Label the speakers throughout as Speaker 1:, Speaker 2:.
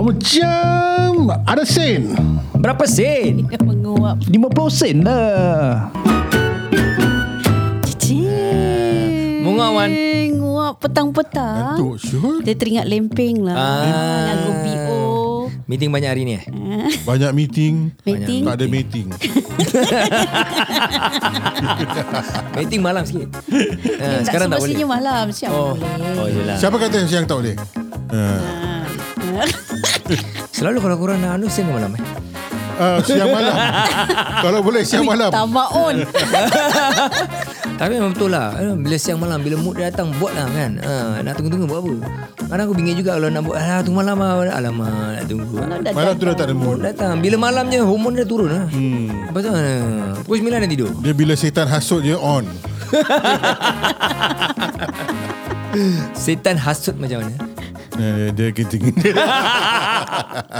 Speaker 1: Macam Ada sen
Speaker 2: Berapa sen?
Speaker 3: Dia menguap
Speaker 2: 50 sen lah
Speaker 1: Eh,
Speaker 3: Cicing
Speaker 4: Menguap, Wan.
Speaker 3: Menguap petang-petang
Speaker 1: Ngantuk, Syul.
Speaker 3: Dia teringat lempeng Oh. lah
Speaker 4: Ah.
Speaker 3: Lagu B.O
Speaker 4: Meeting banyak hari ni eh
Speaker 1: Banyak meeting
Speaker 3: Meeting
Speaker 1: Tak ada meeting
Speaker 4: Ah, Meeting malam sikit ha,
Speaker 3: Tak
Speaker 4: Sekarang tak boleh
Speaker 3: semestinya malam Siap
Speaker 4: Oh,
Speaker 3: oh. boleh
Speaker 4: oh yelah
Speaker 1: Siapa kata siang tak boleh uh,
Speaker 4: Selalu kalau korang nak anu Siang ke malam eh
Speaker 1: uh, Siang malam Kalau boleh siang malam
Speaker 3: Tamak on
Speaker 4: Tapi memang betul lah Eh, Bila siang malam Bila mood dia datang Buat lah kan ha, Nak tunggu-tunggu buat apa Kadang aku bingit juga Kalau nak buat Alah tunggu malam lah Alamak nak tunggu
Speaker 3: Malam dah
Speaker 1: Malam tu dah tak ada
Speaker 4: Mood
Speaker 1: mood
Speaker 4: datang Bila malamnya Hormon dia turun lah hmm. Lepas tu ha, Pukul 9 dah tidur
Speaker 1: Dia bila setan hasut dia on
Speaker 4: Setan hasut macam mana
Speaker 1: Eh, Dia keting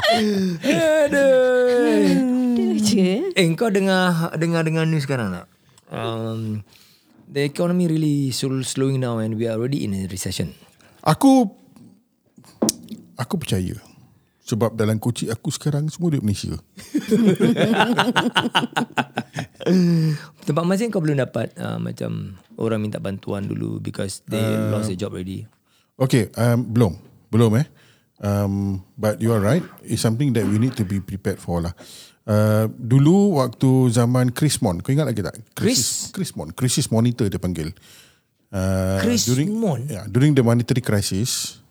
Speaker 4: Aduh
Speaker 3: Dia je
Speaker 4: Eh kau dengar Dengar-dengar ni sekarang tak um, The economy really slow- Slowing down And we are already in a recession
Speaker 1: Aku Aku percaya Sebab dalam kocik aku sekarang Semua duit Malaysia
Speaker 4: Tempat masing kau belum dapat uh, Macam Orang minta bantuan dulu Because they uh, lost their job already
Speaker 1: Okay, um, belum. Belum eh. Um, but you are right. It's something that we need to be prepared for lah. Uh, dulu waktu zaman Krismon, kau ingat lagi tak? Krisis- Krismon, crisis monitor dia panggil. Uh,
Speaker 4: Krismon?
Speaker 1: During, yeah, during the monetary crisis.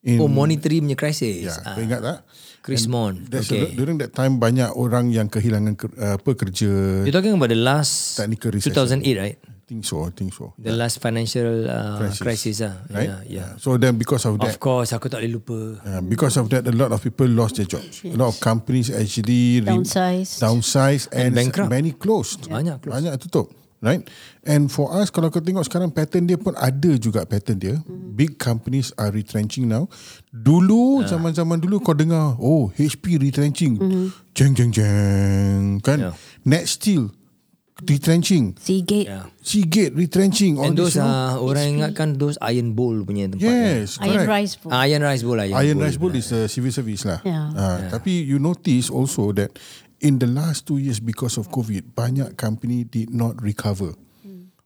Speaker 1: In,
Speaker 4: Oh monetary punya crisis
Speaker 1: yeah,
Speaker 4: yeah.
Speaker 1: kau ingat tak?
Speaker 4: Chris Mon
Speaker 1: That's
Speaker 4: Ah. Okay
Speaker 1: During that time banyak orang yang kehilangan ke, uh, apa kerja.
Speaker 4: You talking about the last
Speaker 1: Technical recession.
Speaker 4: 2008 right
Speaker 1: I think so, I think so.
Speaker 4: The last financial uh,
Speaker 1: Crisis.
Speaker 4: crisis. crisis lah
Speaker 1: Right?
Speaker 4: Yeah, yeah.
Speaker 1: So then because of that,
Speaker 4: Of course aku tak boleh lupa
Speaker 1: Uh, because of that, a lot of people lost their jobs. A lot of companies actually re-
Speaker 3: Downsized.
Speaker 1: downsized and,
Speaker 4: And bankrupt.
Speaker 1: many closed.
Speaker 4: Banyak closed.
Speaker 1: Banyak tutup. Right? And for us, kalau kau tengok sekarang pattern dia pun ada juga pattern dia. Big companies are retrenching now.
Speaker 4: Ah.
Speaker 1: Dulu, zaman-zaman dulu kau dengar, oh HP retrenching. Jeng, jeng, jeng. Kan?
Speaker 4: Yeah.
Speaker 1: Net Steel retrenching.
Speaker 3: Seagate
Speaker 1: Ya.
Speaker 4: Yeah.
Speaker 1: Seagate retrenching. All
Speaker 4: And
Speaker 1: this,
Speaker 4: those
Speaker 1: you know?
Speaker 4: uh, Orang ingatkan Those iron bowl punya tempat Ah,
Speaker 1: Yes,
Speaker 3: Iron
Speaker 1: correct. Ah.
Speaker 3: rice bowl
Speaker 4: Iron rice bowl Iron,
Speaker 1: Iron
Speaker 4: bowl.
Speaker 1: Rice Bowl is a civil service lah.
Speaker 3: Yeah.
Speaker 1: Ah, Tapi you notice also that in the last two years because of COVID, banyak company did not recover.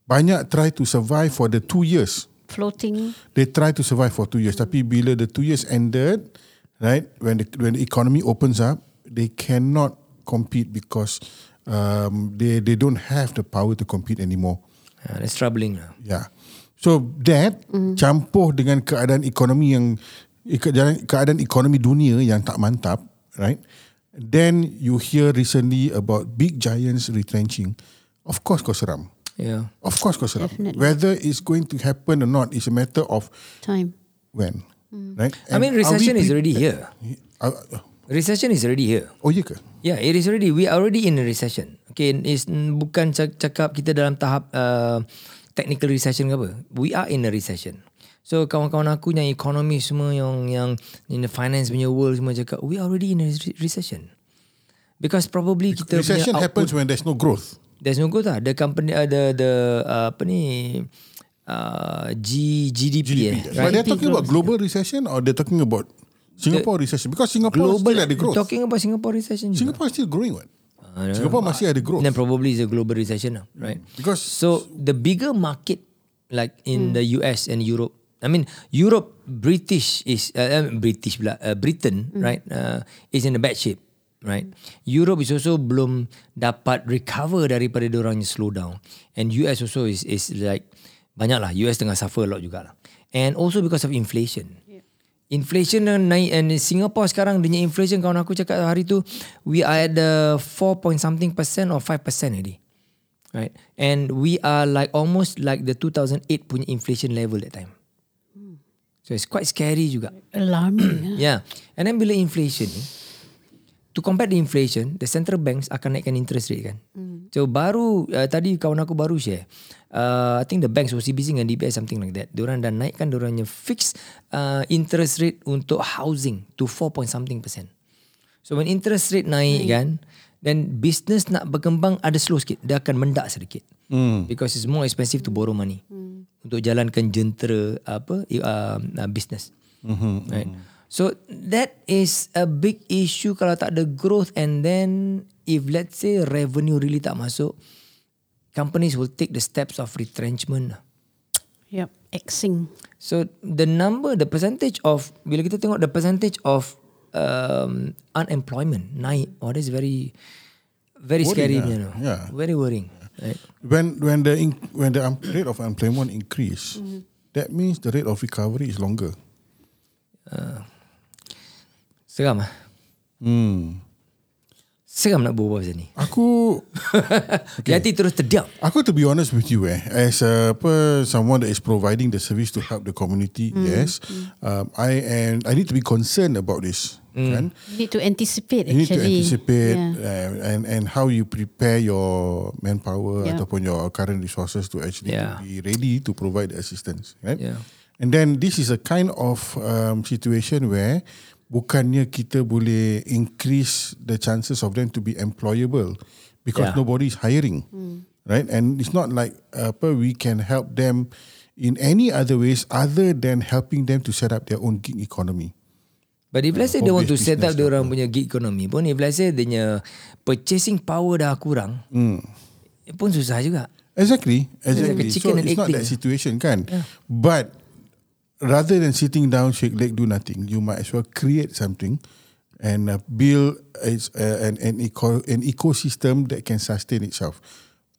Speaker 1: Banyak try to survive for the two years.
Speaker 3: Floating
Speaker 1: They try to survive for two years. Tapi bila the two years ended, right, when the when the economy opens up, they cannot compete because um, they they don't have the power to compete anymore.
Speaker 4: Ah, That's troubling lah
Speaker 1: Yeah. Ya. So that campur dengan keadaan ekonomi yang ike- jalan- keadaan ekonomi dunia yang tak mantap, right? Then you hear recently about big giants retrenching. Of course kau seram.
Speaker 4: Yeah
Speaker 1: Of course kau seram.
Speaker 3: Definitely.
Speaker 1: Whether it's going to happen or not is a matter of
Speaker 3: time
Speaker 1: when. Right?
Speaker 4: I mean recession is already here
Speaker 1: Uh,
Speaker 4: Recession is already here
Speaker 1: oh ya ke?
Speaker 4: Yeah, it is already. We are already in a recession. Okay, is bukan cak- cakap kita dalam tahap uh, technical recession ke apa. We are in a recession. So kawan-kawan aku yang ekonomi semua yang yang in the finance punya world semua cakap we are already in a re- recession. Because probably kita
Speaker 1: Recession
Speaker 4: punya
Speaker 1: happens when there's no growth.
Speaker 4: There's no growth lah. The company, uh, the the uh, apa ni uh, G, GDP, eh.
Speaker 1: But they're talking about global recession or they're talking about Singapore recession because Singapore
Speaker 4: Global
Speaker 1: still ada growth.
Speaker 4: Talking about Singapore recession. juga.
Speaker 1: Singapore is still growing what?
Speaker 4: I don't
Speaker 1: Singapore masih ada growth.
Speaker 4: Then probably it's a global recession now, right?
Speaker 1: Because-
Speaker 4: so the bigger market, like in the US and Europe, I mean Europe, British is uh, um, British pula, uh, Britain, right? Uh, is in a bad shape, right? Europe is also belum dapat recover daripada orang yang slow down, and US also is is like banyak lah. US tengah suffer a lot juga lah, and also because of inflation. Inflation dah naik and Singapore sekarang dia punya inflation kawan aku cakap hari tu we are at the 4 point something percent or 5 percent already. Right? And we are like almost like the 2008 punya inflation level that time. So it's quite scary juga.
Speaker 3: Alarming lah.
Speaker 4: Yeah. And then bila inflation ni, to combat the inflation, the central banks akan naikkan interest rate kan. Mm. So baru, uh, tadi kawan aku baru share, uh, I think the banks OCBC dengan DBS something like that, diorang dah naikkan diorang punya fixed uh, interest rate untuk housing to 4 point something percent. So when interest rate naik kan, then business nak berkembang ada slow sikit. Dia akan mendak sedikit. Mm. Because it's more expensive to borrow Hmm. money. Mm. Untuk jalankan jentera apa i- um, uh, business. Mm-hmm, uh, right. So that is a big issue kalau tak ada growth and then if let's say revenue really tak masuk, companies will take the steps of retrenchment. lah.
Speaker 3: Yep. Axing.
Speaker 4: So the number, the percentage of bila kita tengok the percentage of um, unemployment naik, oh that's very
Speaker 1: Worrying
Speaker 4: very scary,
Speaker 1: lah.
Speaker 4: you know,
Speaker 1: Yeah.
Speaker 4: very worrying. Right?
Speaker 1: When when the in, when the un- rate of employment increase, that means the rate of recovery is longer.
Speaker 4: Seram ah.
Speaker 1: Hmm.
Speaker 4: Seram nak berbual macam ni.
Speaker 1: Aku
Speaker 4: Okay. Hati terus terdiam.
Speaker 1: Aku to be honest with you eh, as a, apa someone that is providing the service to help the community, yes, um, I and I need to be concerned about this. Kan?
Speaker 3: You need to anticipate
Speaker 1: You need to
Speaker 3: actually.
Speaker 1: anticipate
Speaker 3: Yeah.
Speaker 1: uh, and and how you prepare your manpower
Speaker 3: Yeah.
Speaker 1: ataupun your current resources to actually
Speaker 4: Yeah.
Speaker 1: be ready to provide the assistance, right?
Speaker 4: Yeah.
Speaker 1: And then this is a kind of um, situation where bukannya kita boleh increase the chances of them to be employable because
Speaker 4: Yeah.
Speaker 1: nobody is hiring,
Speaker 3: Hmm.
Speaker 1: right? And it's not like apa we can help them in any other ways other than helping them to set up their own gig economy.
Speaker 4: But if let's say they want to
Speaker 1: home-based
Speaker 4: set
Speaker 1: business lah,
Speaker 4: up dia orang punya gig economy pun if let's say dia punya purchasing power dah kurang hmm. pun susah juga.
Speaker 1: Exactly, exactly.
Speaker 4: like a
Speaker 1: so
Speaker 4: chicken and
Speaker 1: it's
Speaker 4: egg
Speaker 1: not
Speaker 4: thing.
Speaker 1: that situation, kan? But rather than sitting down, shake leg, do nothing, you might as well create something and uh, build it's, uh, an an eco an ecosystem that can sustain itself.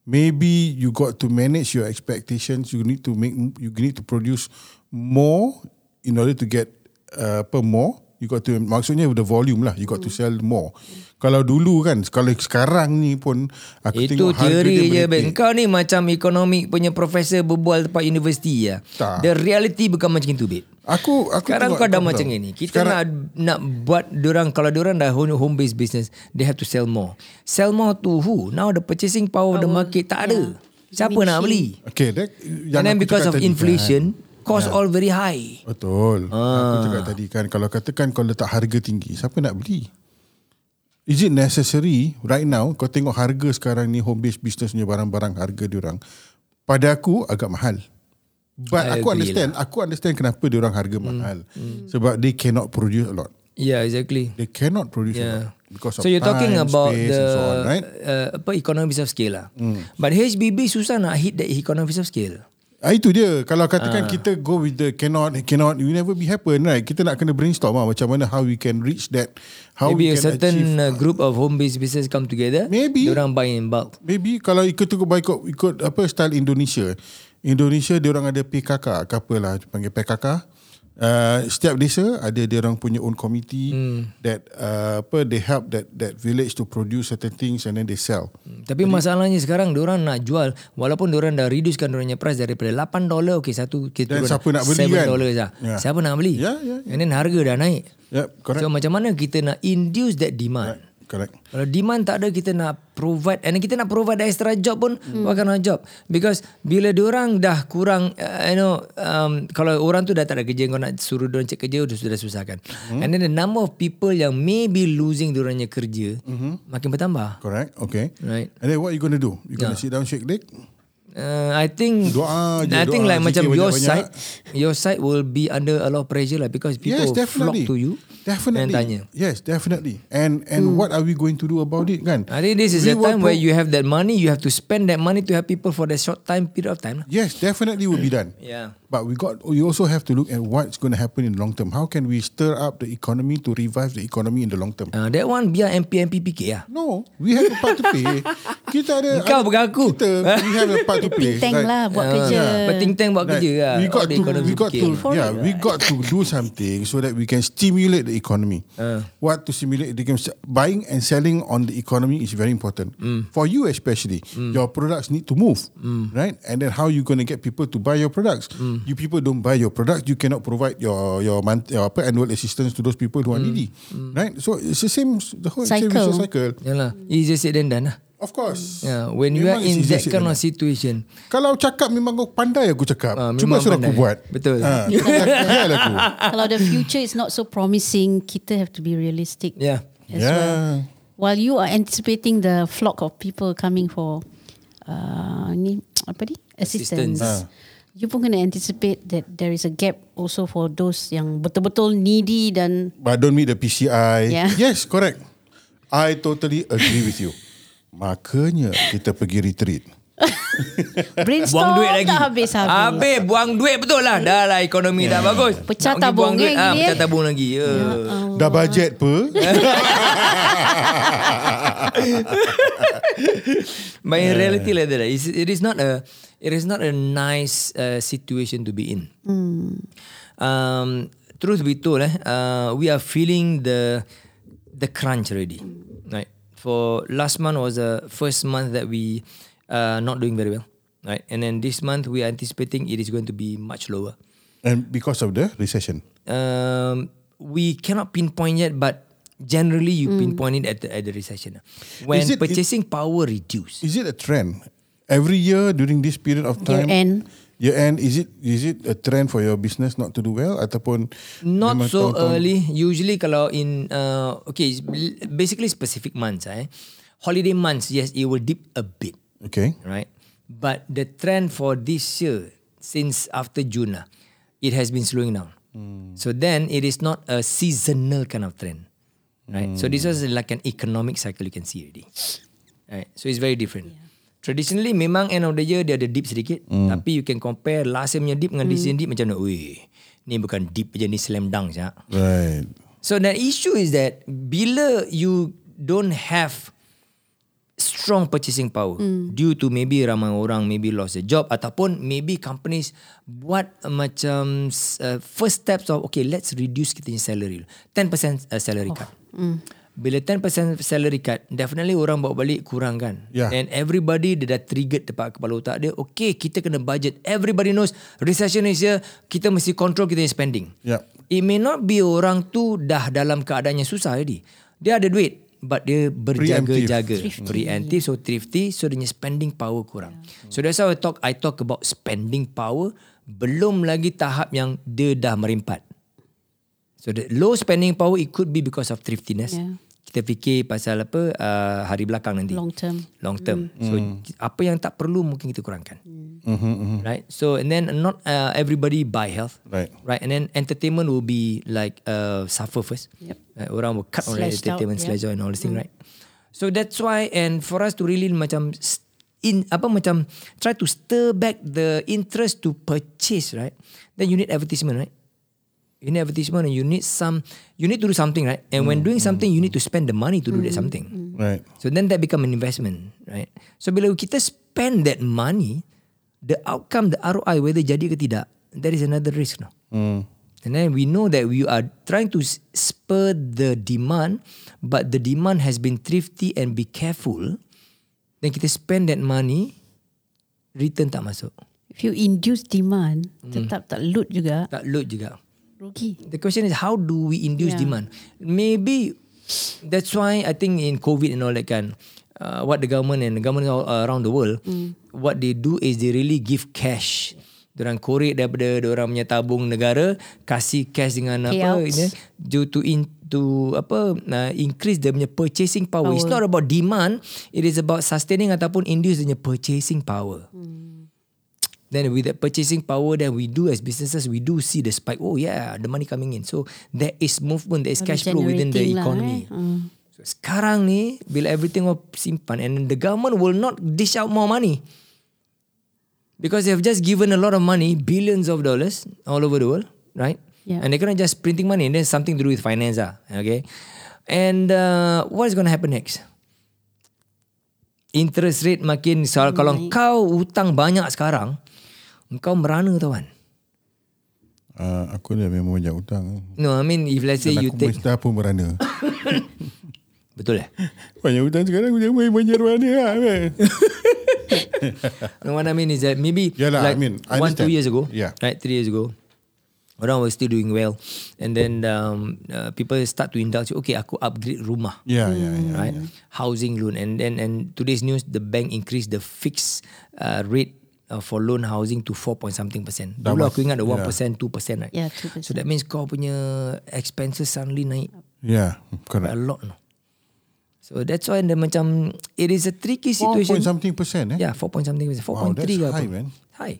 Speaker 1: Maybe you got to manage your expectations. You need to make you need to produce more in order to get uh, apa more. You got to maksudnya the volume lah. You got to
Speaker 4: Hmm.
Speaker 1: sell more. Kalau dulu kan, kalau sekarang ni pun aku
Speaker 4: Itu
Speaker 1: tengok harga dia
Speaker 4: teori je
Speaker 1: merepek.
Speaker 4: Ben. Kau ni macam ekonomik punya profesor berbual tempat universiti ya.
Speaker 1: Tak.
Speaker 4: The reality bukan macam itu babe.
Speaker 1: Aku aku
Speaker 4: Sekarang
Speaker 1: tengok
Speaker 4: kau dah
Speaker 1: kau
Speaker 4: macam
Speaker 1: tahu.
Speaker 4: ini. Kita Sekarang, nak nak buat orang kalau orang dah home based business, they have to sell more. Sell more to who? Now the purchasing power, of the market tak ada. Siapa nak beli?
Speaker 1: Okay, that, yang
Speaker 4: And then
Speaker 1: aku
Speaker 4: because
Speaker 1: cakap
Speaker 4: of
Speaker 1: tadi kan. Ya.
Speaker 4: inflation, Ah. cost all very high.
Speaker 1: Betul. Aku cakap tadi kan kalau katakan kau letak harga tinggi, siapa nak beli? Is it necessary right now kau tengok harga sekarang ni home based business punya barang-barang harga diorang. Pada aku agak mahal. But I
Speaker 4: I
Speaker 1: aku
Speaker 4: agree Hmm,
Speaker 1: understand, lah. aku understand kenapa diorang harga mahal. Sebab they cannot produce a lot.
Speaker 4: Yeah, exactly.
Speaker 1: They cannot produce a
Speaker 4: Yeah.
Speaker 1: lot because of
Speaker 4: So you're
Speaker 1: time,
Speaker 4: talking about
Speaker 1: space
Speaker 4: the
Speaker 1: and so on, right?
Speaker 4: uh, apa economies of scale lah.
Speaker 1: Hmm.
Speaker 4: Mm. But HBB susah nak hit that economies of scale.
Speaker 1: Ah, itu dia. Kalau
Speaker 4: Ah.
Speaker 1: katakan kita go with the cannot, cannot, it will never be happen, right? Kita nak kena brainstorm lah. Macam mana how we can reach that. How
Speaker 4: Maybe
Speaker 1: we can
Speaker 4: a
Speaker 1: achieve.
Speaker 4: certain uh, group of home-based business come together.
Speaker 1: Maybe.
Speaker 4: Orang buy in bulk.
Speaker 1: Maybe kalau ikut tu ikut, ikut apa style Indonesia. Indonesia dia orang ada PKK ke apa lah panggil PKK. Uh, setiap desa ada dia orang punya own committee hmm. that uh, apa they help that that village to produce certain things and then they sell.
Speaker 4: Hmm, Tapi masalahnya sekarang orang nak jual walaupun orang dah reducekan orangnya price daripada 8 dolar okey satu kita
Speaker 1: Dan
Speaker 4: turun
Speaker 1: siapa nak beli
Speaker 4: 7
Speaker 1: kan?
Speaker 4: dolar saja.
Speaker 1: Yeah.
Speaker 4: lah. Siapa nak beli?
Speaker 1: Yeah, yeah,
Speaker 4: And then harga dah naik.
Speaker 1: Yep, ya. correct.
Speaker 4: So macam mana kita nak induce that demand?
Speaker 1: Right, correct.
Speaker 4: Kalau demand tak ada kita nak provide and kita nak provide extra job pun hmm. what kind of job because bila orang dah kurang uh, you know um, kalau orang tu dah tak ada kerja kau nak suruh orang cek kerja sudah sudah susah kan hmm. and then the number of people yang maybe losing orangnya kerja hmm. makin bertambah
Speaker 1: Correct. Okay.
Speaker 4: Right.
Speaker 1: And then what you going to do? You going to sit down shake leg?
Speaker 4: Uh, I think
Speaker 1: Doa je,
Speaker 4: I think
Speaker 1: doa,
Speaker 4: like macam
Speaker 1: zikir
Speaker 4: your
Speaker 1: banyak-banyak.
Speaker 4: side your side will be under a lot of pressure lah because people
Speaker 1: yes,
Speaker 4: flock
Speaker 1: definitely.
Speaker 4: to you
Speaker 1: Definitely.
Speaker 4: and tanya Hmm.
Speaker 1: Yes, definitely. And and what are we going to do about it kan?
Speaker 4: I think this is
Speaker 1: We
Speaker 4: a
Speaker 1: were
Speaker 4: time where
Speaker 1: pro-
Speaker 4: you have that money you have to spend that money to help people for that short time period of time lah.
Speaker 1: Yes, definitely will be done.
Speaker 4: Yeah.
Speaker 1: But we got we also have to look at what's going to happen in the long term. How can we stir up the economy to revive the economy in the long term?
Speaker 4: Uh, that one biar MP MP PK lah.
Speaker 1: No, we have a part to play. kita ada
Speaker 4: Kau mengaku.
Speaker 1: Kita we have a part to play.
Speaker 3: Think tank lah buat
Speaker 1: uh,
Speaker 3: kerja.
Speaker 4: Ah, Penting tank buat
Speaker 1: Like,
Speaker 4: kerja lah.
Speaker 1: we got
Speaker 4: All uh, the
Speaker 1: to,
Speaker 4: economy
Speaker 1: we got
Speaker 4: fikir.
Speaker 1: to, yeah, we got to do something so that we can stimulate the economy.
Speaker 4: Uh.
Speaker 1: What to stimulate the economy? Buying and selling on the economy is very important
Speaker 4: Mm.
Speaker 1: for you especially. Your products need to move, right? And then how you going to get people to buy your products?
Speaker 4: Mm.
Speaker 1: You people don't buy your products, you cannot provide your your month your apa, annual assistance to those people who are
Speaker 4: Mm.
Speaker 1: needy, right? So it's the same the whole same
Speaker 3: Cycle.
Speaker 1: vicious cycle.
Speaker 4: Yalah, easier said than done lah.
Speaker 1: Of course.
Speaker 4: Yeah, when you are
Speaker 1: Memang
Speaker 4: in
Speaker 1: it's
Speaker 4: that
Speaker 1: easier said
Speaker 4: kind
Speaker 1: than
Speaker 4: of situation,
Speaker 1: Kalau cakap memang kau pandai aku cakap.
Speaker 4: Ah,
Speaker 1: Cuma
Speaker 4: memang
Speaker 1: suruh aku
Speaker 4: pandai.
Speaker 1: buat.
Speaker 4: Betul.
Speaker 1: Ah, kau cakap kan aku.
Speaker 3: Kalau the future is not so promising, kita have to be realistic.
Speaker 4: yeah.
Speaker 3: as
Speaker 1: Yeah.
Speaker 3: well. While you are anticipating the flock of people coming for uh, ni apa ni
Speaker 4: Assistance.
Speaker 3: assistance,
Speaker 4: Ah.
Speaker 3: you pun kena anticipate that there is a gap also for those yang betul-betul needy dan
Speaker 1: But don't meet the PCI.
Speaker 3: Yeah.
Speaker 1: Yes, correct. I totally agree with you. Makanya kita pergi retreat.
Speaker 3: brainstorm
Speaker 4: Buang duit lagi
Speaker 3: tak habis-habis.
Speaker 4: Habis buang duit betul lah Dah lah ekonomi tak bagus Nak
Speaker 3: Pecah
Speaker 4: pergi buang
Speaker 3: tabung
Speaker 4: duit,
Speaker 3: lagi,
Speaker 4: ah,
Speaker 3: eh.
Speaker 4: Pecah tabung lagi ya.
Speaker 1: Dah bajet apa?
Speaker 4: But in reality like that it's, It is not a It is not a nice uh, Situation to be in um, Truth be told eh, uh, We are feeling the The crunch already Right For last month was the first month that we uh, Not doing very well Right And then this month we are anticipating It is going to be much lower
Speaker 1: And because of the recession.
Speaker 4: um, we cannot pinpoint yet, but generally you pinpoint it at the, at the recession. When
Speaker 1: Is it-
Speaker 4: purchasing power reduce,
Speaker 1: Is it a trend? Every year during this period of time.
Speaker 3: Year end.
Speaker 1: Year end, is it is it a trend for your business not to do well ataupun
Speaker 4: not
Speaker 1: memang
Speaker 4: so
Speaker 1: tahun-tahun-
Speaker 4: early. Usually kalau in uh, okay, it's bl- basically specific months. Eh? Holiday months, yes, it will dip a bit,
Speaker 1: Okay.
Speaker 4: right? But the trend for this year since after June, lah, it has been slowing down. So then it is not a seasonal kind of trend, right? So this was like an economic cycle you can see already. Right. So it's very different. Traditionally memang end of the year dia ada dip sedikit tapi you can compare last year punya dip dengan this year dip macam mana. Weh, ni bukan dip je ni slam dunk je.
Speaker 1: Right.
Speaker 4: So the issue is that bila you don't have strong purchasing power due to maybe ramai orang maybe lost their job ataupun maybe companies buat uh, macam uh, first steps of okay let's reduce kita punya salary dulu. 10% uh, salary cut. Bila 10% salary cut definitely orang bawa balik kurang kan.
Speaker 1: Yeah.
Speaker 4: And everybody dia dah triggered dekat kepala otak dia okay kita kena budget. Everybody knows recession is here kita mesti control kita punya spending.
Speaker 1: Yeah.
Speaker 4: It may not be orang tu dah dalam keadaannya susah jadi. Dia ada duit but dia berjaga-jaga. Preemptive so thrifty so dia punya spending power kurang. So that's how I talk I talk about spending power belum lagi tahap yang dia dah merimpat. So the low spending power it could be because of thriftiness.
Speaker 3: Yeah.
Speaker 4: Kita fikir pasal apa uh, hari belakang nanti.
Speaker 3: Long term.
Speaker 4: Long term. So apa yang tak perlu mungkin kita kurangkan. Right? So and then not uh, everybody buy health.
Speaker 1: Right.
Speaker 4: Right. And then entertainment will be like uh, suffer first.
Speaker 3: Yep.
Speaker 4: Right? Orang will cut on
Speaker 3: Slashed out,
Speaker 4: entertainment,
Speaker 3: yeah. Mm.
Speaker 4: slash out and all this thing, right? So that's why and for us to really macam s- in apa macam try to stir back the interest to purchase, right? Then you need advertisement, right? You need advertisement and you need some you need to do something, right? And when doing something, you need to spend the money to do
Speaker 3: Mm,
Speaker 4: that something.
Speaker 1: Right.
Speaker 4: So then that become an investment, right? So bila kita spend that money, the outcome, the ROI, whether jadi ke tidak, that is another risk now. And then we know that we are trying to s- spur the demand, but the demand has been thrifty and be careful. Then kita spend that money, return tak masuk.
Speaker 3: If you induce demand,
Speaker 4: Hmm.
Speaker 3: tetap tak loot juga,
Speaker 4: Tak load juga.
Speaker 3: rugi.
Speaker 4: The question is how do we induce
Speaker 3: Yeah.
Speaker 4: demand? Maybe that's why I think in COVID and all that kan, uh, what the government and the government all around the world,
Speaker 3: Hmm.
Speaker 4: what they do is they really give cash. Diorang korek daripada diorang punya tabung negara, kasih cash dengan apa,
Speaker 3: Payouts.
Speaker 4: ini, due to in to apa uh, increase dia punya purchasing power. It's not about demand, it is about sustaining ataupun induce dia punya purchasing power. Then with that purchasing power that we do as businesses, we do see the spike. Oh yeah, the money coming in. So there is movement, there is
Speaker 3: Ada
Speaker 4: cash flow within the
Speaker 3: generating lah,
Speaker 4: economy.
Speaker 3: eh. Hmm.
Speaker 4: So sekarang ni, bila everything will simpan and the government will not dish out more money. Because they have just given a lot of money, billions of dollars all over the world, right?
Speaker 3: Yeah.
Speaker 4: And they're gonna just printing money and then something to do with finance, ah, okay? And uh, what is gonna happen next? Interest rate makin soal kalau kau hutang banyak sekarang, kau merana tuan.
Speaker 1: Uh, aku dah memang banyak hutang.
Speaker 4: No, I mean if let's say
Speaker 1: Dan
Speaker 4: you
Speaker 1: aku
Speaker 4: take
Speaker 1: mesti pun merana.
Speaker 4: betul eh?
Speaker 1: banyak hutang sekarang aku jangan main banyak merana lah. weh.
Speaker 4: No, what I mean is that maybe
Speaker 1: Yeah lah,
Speaker 4: like
Speaker 1: I mean, I
Speaker 4: one two
Speaker 1: understand.
Speaker 4: years ago,
Speaker 1: Yeah.
Speaker 4: right, three years ago, orang was still doing well, and then um, uh, people start to indulge. Okay, aku upgrade rumah, Hmm.
Speaker 1: yeah, yeah, yeah.
Speaker 4: right, housing loan, and then and today's news, the bank increased the fixed uh, rate uh, for loan housing to four point something percent. Dulu
Speaker 1: Double.
Speaker 4: aku ingat the one percent, two percent, right?
Speaker 3: Yeah, 2%.
Speaker 4: So that means kau punya expenses suddenly naik
Speaker 1: Yeah, Ya,
Speaker 4: a
Speaker 1: correct.
Speaker 4: lot. No? So that's why the macam it is a tricky
Speaker 1: 4 point
Speaker 4: situation. Ya.
Speaker 1: something percent eh.
Speaker 4: Yeah, 4 point something percent. 4.3
Speaker 1: Wow, that's
Speaker 4: ke apa.
Speaker 1: high, man.
Speaker 4: High.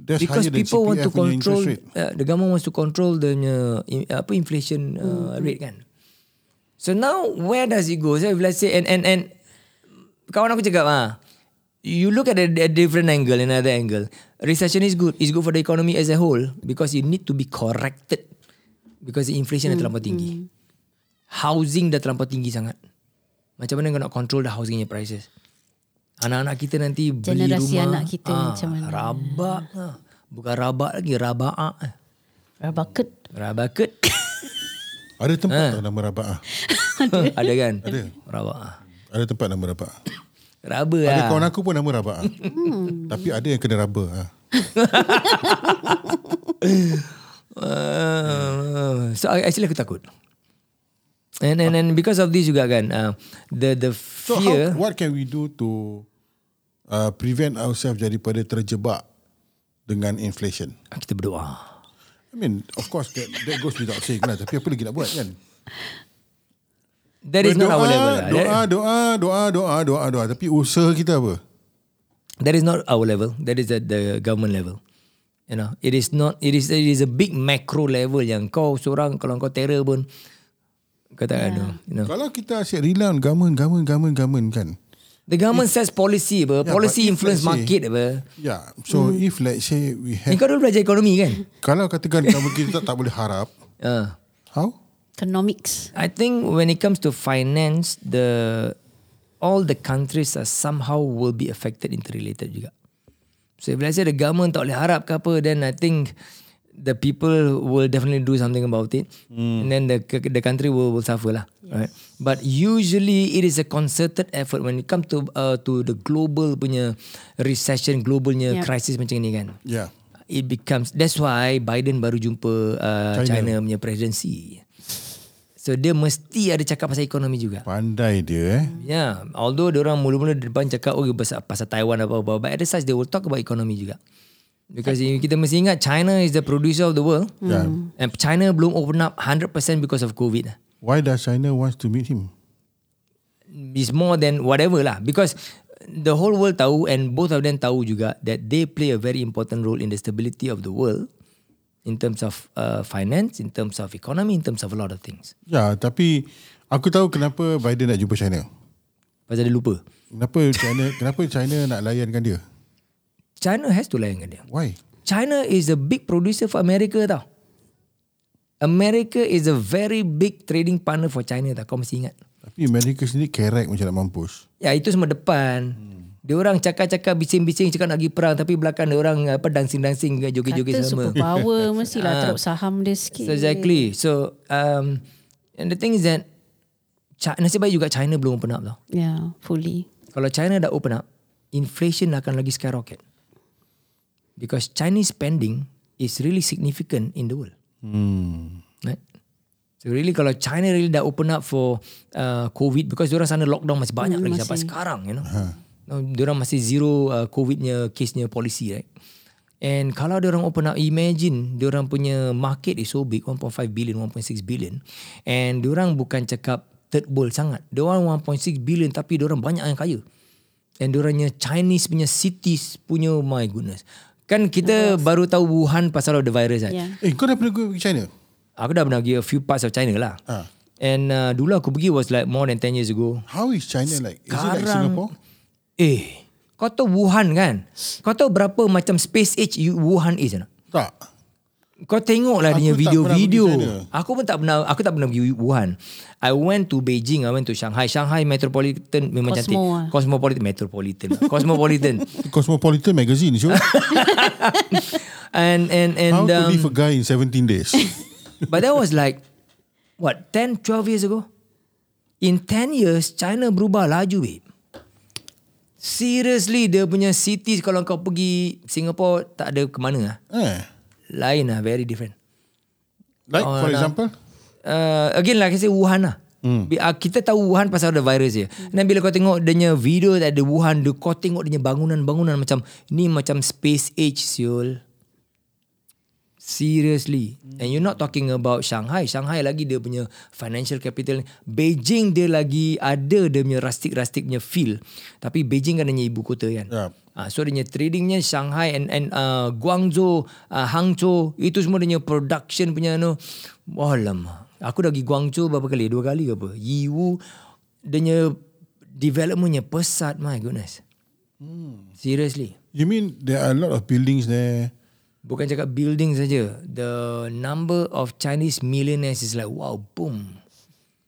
Speaker 1: That's
Speaker 4: because
Speaker 1: higher than
Speaker 4: people want to
Speaker 1: CPF punya interest
Speaker 4: control
Speaker 1: rate.
Speaker 4: uh, the government wants to control the uh, in- apa inflation uh,
Speaker 1: Hmm.
Speaker 4: rate kan. So now where does it go? So if let's say and and and kawan aku cakap ah you look at a, a different angle another angle. Recession is good. It's good for the economy as a whole because you need to be corrected because the inflation
Speaker 1: Hmm,
Speaker 4: dah terlampau tinggi. Housing dah terlampau tinggi sangat. Macam mana kau nak control the housing punya prices? Anak-anak kita nanti beli
Speaker 3: Generasi
Speaker 4: rumah. Ah,
Speaker 3: anak kita macam mana?
Speaker 4: Rabak. lah. Bukan rabak lagi, rabak. ah.
Speaker 3: Rabaket.
Speaker 4: Rabaket.
Speaker 1: Ada tempat ha. nama Raba'ah?
Speaker 4: Ada kan? Ada. Rabak. ah.
Speaker 1: Ada tempat nama Raba'ah?
Speaker 4: Raba
Speaker 1: Ada
Speaker 4: lah.
Speaker 1: kawan aku pun nama Raba'ah. Tapi ada yang kena raba. Ha.
Speaker 4: Uh, so I- actually aku takut. And and and because of this juga kan, uh, the the
Speaker 1: So
Speaker 4: fear.
Speaker 1: how, what can we do to uh, prevent ourselves daripada terjebak dengan inflation?
Speaker 4: Ah, kita berdoa.
Speaker 1: I mean, of course that, that goes without saying lah. Tapi apa lagi nak buat kan?
Speaker 4: That is not our level.
Speaker 1: doa,
Speaker 4: lah. That-
Speaker 1: doa, doa, doa, doa, doa. Tapi usaha kita apa?
Speaker 4: That is not our level. That is at the government level. You know, it is not. It is it is a big macro level yang kau seorang kalau kau terror pun kau tak yeah. aduh. You know,
Speaker 1: Kalau kita asyik rely on government, government, government, government kan?
Speaker 4: the government sets policy, apa.
Speaker 1: Yeah,
Speaker 4: policy
Speaker 1: but if
Speaker 4: influence
Speaker 1: let's say-
Speaker 4: market, apa.
Speaker 1: Yeah. Ya, So
Speaker 4: Hmm.
Speaker 1: if let's say we
Speaker 4: Ni
Speaker 1: have,
Speaker 4: kau dulu belajar ekonomi kan?
Speaker 1: kalau katakan government kita tak, tak boleh harap,
Speaker 4: Uh,
Speaker 1: how?
Speaker 3: Economics.
Speaker 4: I think when it comes to finance, the all the countries are somehow will be affected interrelated juga. So if let's say the government tak boleh harap ke apa, then I think the people will definitely do something about it, and then the the country will, will suffer lah, right? But usually it is a concerted effort when it comes to uh, to the global punya recession, globalnya
Speaker 3: Yeah.
Speaker 4: crisis macam ni kan
Speaker 1: Yeah.
Speaker 4: it becomes that's why Biden baru jumpa uh,
Speaker 1: China.
Speaker 4: China. China punya presidency. So dia mesti ada cakap pasal ekonomi juga.
Speaker 1: Pandai dia eh.
Speaker 4: Yeah, although orang mula-mula depan cakap oh pasal, pasal Taiwan apa apa but at the size they will talk about economy juga. Because kita mesti ingat China is the producer of the world.
Speaker 1: Yeah.
Speaker 4: And China belum open up 100% because of COVID.
Speaker 1: Why does China wants to meet him?
Speaker 4: It's more than whatever lah because the whole world tahu and both of them tahu juga that they play a very important role in the stability of the world in terms of uh, finance, in terms of economy, in terms of a lot of things.
Speaker 1: Ya, tapi aku tahu kenapa Biden nak jumpa China.
Speaker 4: Pasal dia lupa.
Speaker 1: Kenapa China kenapa China nak layankan dia?
Speaker 4: China has to layankan dia.
Speaker 1: Why?
Speaker 4: China is a big producer for America tau. America is a very big trading partner for China tau. Kau mesti ingat.
Speaker 1: Tapi Amerika sendiri kerek macam nak mampus.
Speaker 4: Ya itu semua depan. Hmm. Dia orang cakap-cakap bising-bising cakap nak pergi perang tapi belakang dia orang apa dancing-dancing joget-joget sama.
Speaker 3: Kata
Speaker 4: Ah.
Speaker 3: superpower mestilah teruk saham dia sikit.
Speaker 4: So exactly. So um, and the thing is that Chi- nasib baik juga China belum open up tau.
Speaker 3: Yeah, Ya, fully.
Speaker 4: Kalau China dah open up, inflation akan lagi skyrocket. Because Chinese spending is really significant in the world.
Speaker 1: Hmm.
Speaker 4: Right? So really kalau China really dah open up for uh, COVID because diorang sana lockdown masih banyak lagi sampai sekarang you know. No, diorang masih zero uh, COVID-nya case-nya policy right. And kalau diorang open up imagine diorang punya market is so big 1.5 billion 1.6 billion and diorang bukan cakap third world sangat. Diorang 1.6 billion tapi diorang banyak yang kaya. And diorangnya Chinese punya cities punya my goodness. Kan kita baru tahu Wuhan pasal the virus kan.
Speaker 3: Yeah.
Speaker 1: Eh, kau dah pernah pergi China?
Speaker 4: Aku dah pernah pergi a few parts of China lah.
Speaker 1: Ah.
Speaker 4: And uh, dulu aku pergi was like more than 10 years ago.
Speaker 1: How is China like? Is it like
Speaker 4: Sekarang-
Speaker 1: Singapore?
Speaker 4: Eh, kau tahu Wuhan kan? Kau tahu berapa macam space age you- Wuhan is tak?
Speaker 1: Tak.
Speaker 4: Kau tengok lah
Speaker 1: Aku tak
Speaker 4: dia punya
Speaker 1: pernah
Speaker 4: video-video.
Speaker 1: pergi China.
Speaker 4: Aku pun tak pernah aku tak pernah pergi Wuhan. I went to Beijing, I went to Shanghai. Shanghai Metropolitan memang
Speaker 3: Cosmo
Speaker 4: cantik.
Speaker 3: ah.
Speaker 4: Cosmopolitan Metropolitan. lah. Cosmopolitan.
Speaker 1: Cosmopolitan magazine, sure.
Speaker 4: And and
Speaker 1: How
Speaker 4: and
Speaker 1: to
Speaker 4: um,
Speaker 1: leave a guy in 17 days.
Speaker 4: But that was like what 10 12 years ago. In 10 years China berubah laju babe. Seriously dia punya cities kalau kau pergi Singapore tak ada ke mana ah.
Speaker 1: eh.
Speaker 4: Lain lah very different.
Speaker 1: Like
Speaker 4: Oh,
Speaker 1: for
Speaker 4: lah.
Speaker 1: example,
Speaker 4: Uh, again like I say Wuhan lah. Hmm. Kita tahu Wuhan pasal ada virus je. Hmm. Dan bila kau tengok dia punya video tak ada Wuhan, dia kau tengok dia punya bangunan-bangunan macam ni macam space age siul. Seriously. And you're not talking about Shanghai. Shanghai lagi dia punya financial capital. Beijing dia lagi ada dia punya rustic-rustic punya feel. Tapi Beijing kan hanya ibu kota kan.
Speaker 1: Yup.
Speaker 4: Ah, Ah, so dia punya tradingnya Shanghai and and uh, Guangzhou, uh, Hangzhou itu semua dia punya production punya anu. Wah lama. Aku dah pergi Guangzhou berapa kali? Dua kali ke apa? Yiwu dia punya developmentnya pesat my goodness. Hmm. Seriously.
Speaker 1: You mean there are a lot of buildings there?
Speaker 4: Bukan cakap building saja. The number of Chinese millionaires is like wow boom.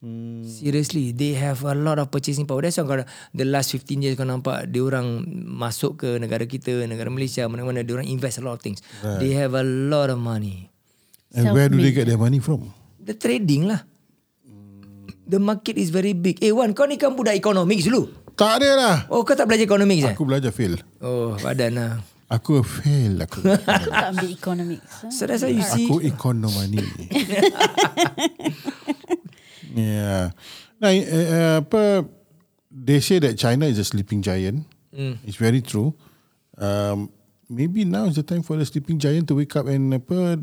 Speaker 4: Hmm. Seriously, they have a lot of purchasing power. That's why kalau the last 15 years kau nampak dia orang masuk ke negara kita, negara Malaysia, mana-mana dia orang invest a lot of things. Right. They have a lot of money.
Speaker 1: And where do they get their money from?
Speaker 4: The trading lah.
Speaker 1: Hmm.
Speaker 4: The market is very big. Eh Wan, kau ni kan budak economics dulu.
Speaker 1: Tak ada lah.
Speaker 4: Oh, kau tak belajar economics eh?
Speaker 1: Aku belajar fail.
Speaker 4: Oh, badan lah.
Speaker 1: Aku fail aku.
Speaker 3: Aku tak ambil economics. ah.
Speaker 4: So that's why you see.
Speaker 1: aku ekonomi. yeah. Nah, eh, eh, apa they say that China is a sleeping giant.
Speaker 4: Hmm.
Speaker 1: It's very true. Um, maybe now is the time for the sleeping giant to wake up and apa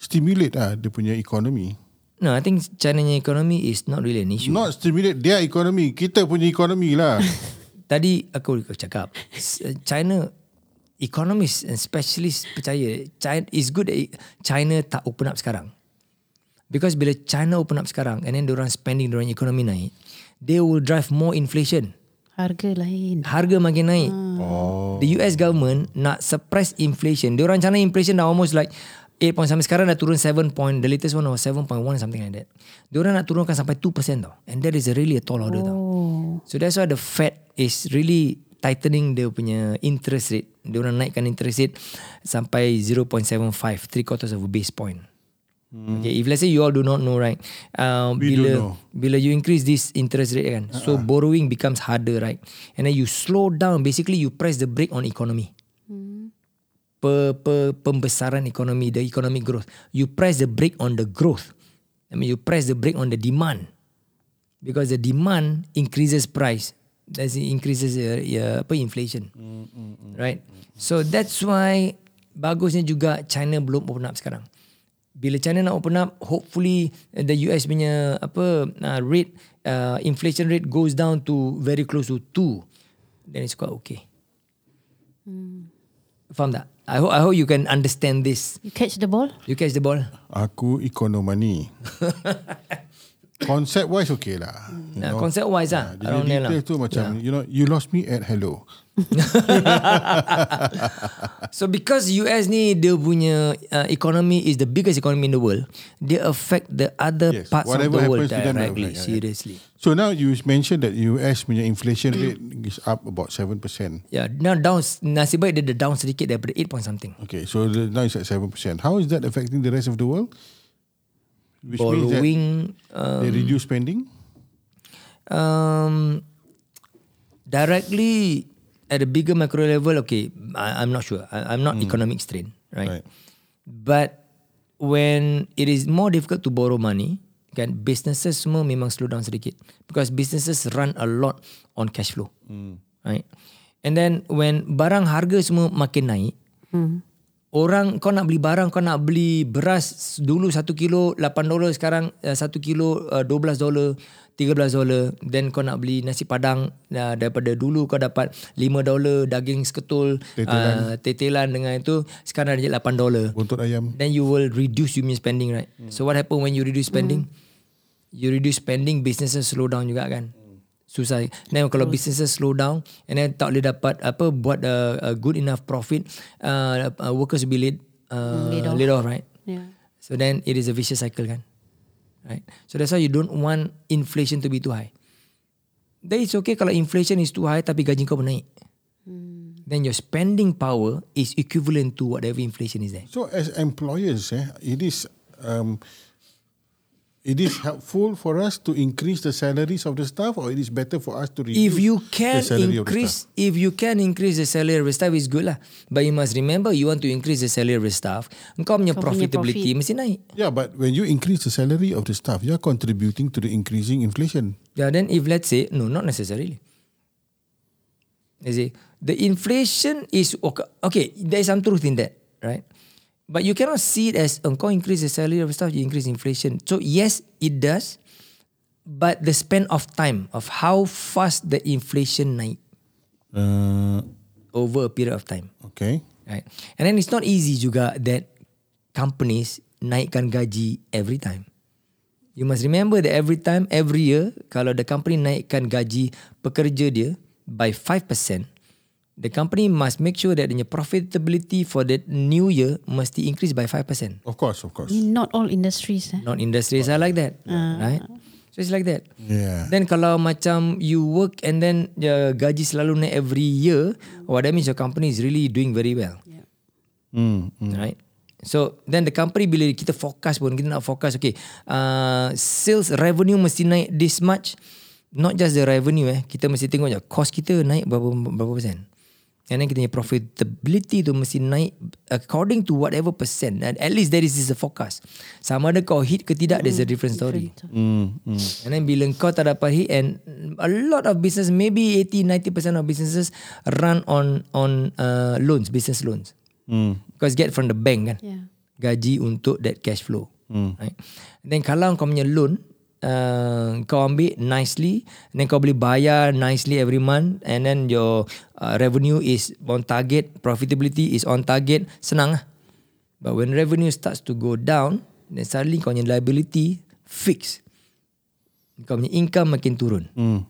Speaker 1: stimulate ah dia punya economy.
Speaker 4: No, I think China's economy is not really an issue.
Speaker 1: Not stimulate their economy. Kita punya economy lah.
Speaker 4: Tadi aku cakap s- China economists and specialists percaya China is good that China tak open up sekarang. Because bila China open up sekarang and then diorang spending diorang economy naik, they will drive more inflation.
Speaker 3: Harga lain.
Speaker 4: Harga makin naik. Oh. The US government nak suppress inflation. Diorang rencana inflation dah almost like 8 point sampai sekarang dah turun 7 point. The latest one was 7.1 something like that. Diorang nak turunkan sampai 2% tau. And that is a really a tall order tau. So that's why the Fed is really tightening dia punya interest rate. Dia orang naikkan interest rate sampai 0.75, three quarters of a base point. Hmm. Okay, if let's say you all do not know right, uh,
Speaker 1: We
Speaker 4: bila
Speaker 1: don't know. Uh-huh.
Speaker 4: bila you increase this interest rate kan, uh-uh. so borrowing becomes harder right, and then you slow down. Basically, you press the brake on economy. Pe, pe, pembesaran ekonomi, the economic growth. You press the brake on the growth. I mean, you press the brake on the demand. Because the demand increases price. That's it increases uh, yeah, apa inflation. Right? So that's why bagusnya juga China belum open up sekarang. Bila China nak open up, hopefully uh, the US punya apa uh, rate uh, inflation rate goes down to very close to 2. Then it's quite okay. Faham tak? I hope I hope you can understand this.
Speaker 3: You catch the ball?
Speaker 4: You catch the ball?
Speaker 1: aku ekonomi. Concept wise okay lah. You
Speaker 4: Nah, concept wise lah.
Speaker 1: Dia
Speaker 4: around
Speaker 1: punya
Speaker 4: there lah.
Speaker 1: detail tu macam you know you lost me at hello.
Speaker 4: So because US ni dia punya uh, economy is the biggest economy in the world, they affect the other
Speaker 1: Yes,
Speaker 4: parts of the
Speaker 1: whatever
Speaker 4: world
Speaker 1: happens to them, they
Speaker 4: directly.
Speaker 1: affect, yeah, yeah.
Speaker 4: seriously.
Speaker 1: So now you mentioned that US punya inflation rate is up about 7%.
Speaker 4: Yeah, now down nasib baik dia dah down sedikit daripada 8 point something.
Speaker 1: Okay, so the- now it's at 7%. How is that affecting the rest of the world? Which means that
Speaker 4: Borrowing uh,
Speaker 1: they reduce spending?
Speaker 4: um, directly at a bigger macro level, okay, I, I'm not sure. I, I'm not economics trained, right?
Speaker 1: Right.
Speaker 4: But when it is more difficult to borrow money, kan businesses semua memang slow down sedikit because businesses run a lot on cash flow. Right? And then when barang harga semua makin naik, orang kau nak beli barang, kau nak beli beras dulu 1 kilo 8 dolar, sekarang uh, 1 kilo uh, 12 dolar, 13 dolar. Then kau nak beli nasi padang uh, daripada dulu kau dapat 5 dolar daging seketul, tetelan, uh, tetelan dengan itu sekarang dah jadi 8 dolar
Speaker 1: Buntut ayam?
Speaker 4: then you will reduce your spending, right? So what happen when you reduce spending? You reduce spending, businesses slow down juga kan? Susah. Then kalau businesses slow down and then tak boleh dapat apa buat uh, a good enough profit, uh, uh, workers will be laid, uh, laid, off. right?
Speaker 3: Yeah.
Speaker 4: So then it is a vicious cycle kan? Right? So that's why you don't want inflation to be too high. Then it's okay kalau inflation is too high tapi gaji kau menaik. Then your spending power is equivalent to whatever inflation is there.
Speaker 1: So as employers, eh, it is um, it is helpful for us to increase the salaries of the staff, or it is better for us to reduce
Speaker 4: if you can
Speaker 1: the salary
Speaker 4: increase if you can increase the salary of the staff is good lah but you must remember you want to increase the salary of the staff kau punya
Speaker 3: Kau punya
Speaker 4: profitability mesti naik
Speaker 1: Of the staff. Yeah, but when you increase the salary of the staff, you are contributing to the increasing inflation.
Speaker 4: yeah then if let's say no not necessarily you see the inflation is okay, okay there is some truth in that right but you cannot see it as um, kau increase the salary of the staff you increase inflation so yes it does but the span of time of how fast the inflation naik
Speaker 1: Uh,
Speaker 4: over a period of time.
Speaker 1: Okay.
Speaker 4: Right? And then it's not easy juga that companies naikkan gaji every time. You must remember that every time, every year, kalau the company naikkan gaji pekerja dia by 5%, the company must make sure that the profitability for that new year must increase by 5%.
Speaker 1: Of course, of
Speaker 4: Mm.
Speaker 1: course.
Speaker 3: In not all industries. Eh?
Speaker 4: Not industries are like that, right? So it's like that.
Speaker 1: Yeah.
Speaker 4: Then kalau macam you work and then uh, gaji selalu naik every year, what that means your company is really doing very well.
Speaker 1: Mm.
Speaker 4: Right? So then the company bila kita forecast pun kita nak forecast okay uh, sales revenue mesti naik this much not just the revenue eh kita mesti tengok je cost kita naik berapa berapa persen and then kita punya profitability tu mesti naik according to whatever percent and at least that is, is a forecast sama ada kau hit ke tidak there's a different story
Speaker 1: Mm. Mm.
Speaker 4: And then bila kau tak dapat hit and a lot of business maybe 80 90% of businesses run on on uh, loans, business loans.
Speaker 1: Mm.
Speaker 4: Because get from the bank kan.
Speaker 3: Yeah.
Speaker 4: Gaji untuk that cash flow. Right? Then kalau kau punya loan Uh, kau ambil nicely and then kau boleh bayar nicely every month and then your uh, revenue is on target profitability is on target senang lah but when revenue starts to go down then suddenly kau punya liability fixed kau punya income makin turun.
Speaker 1: Mm.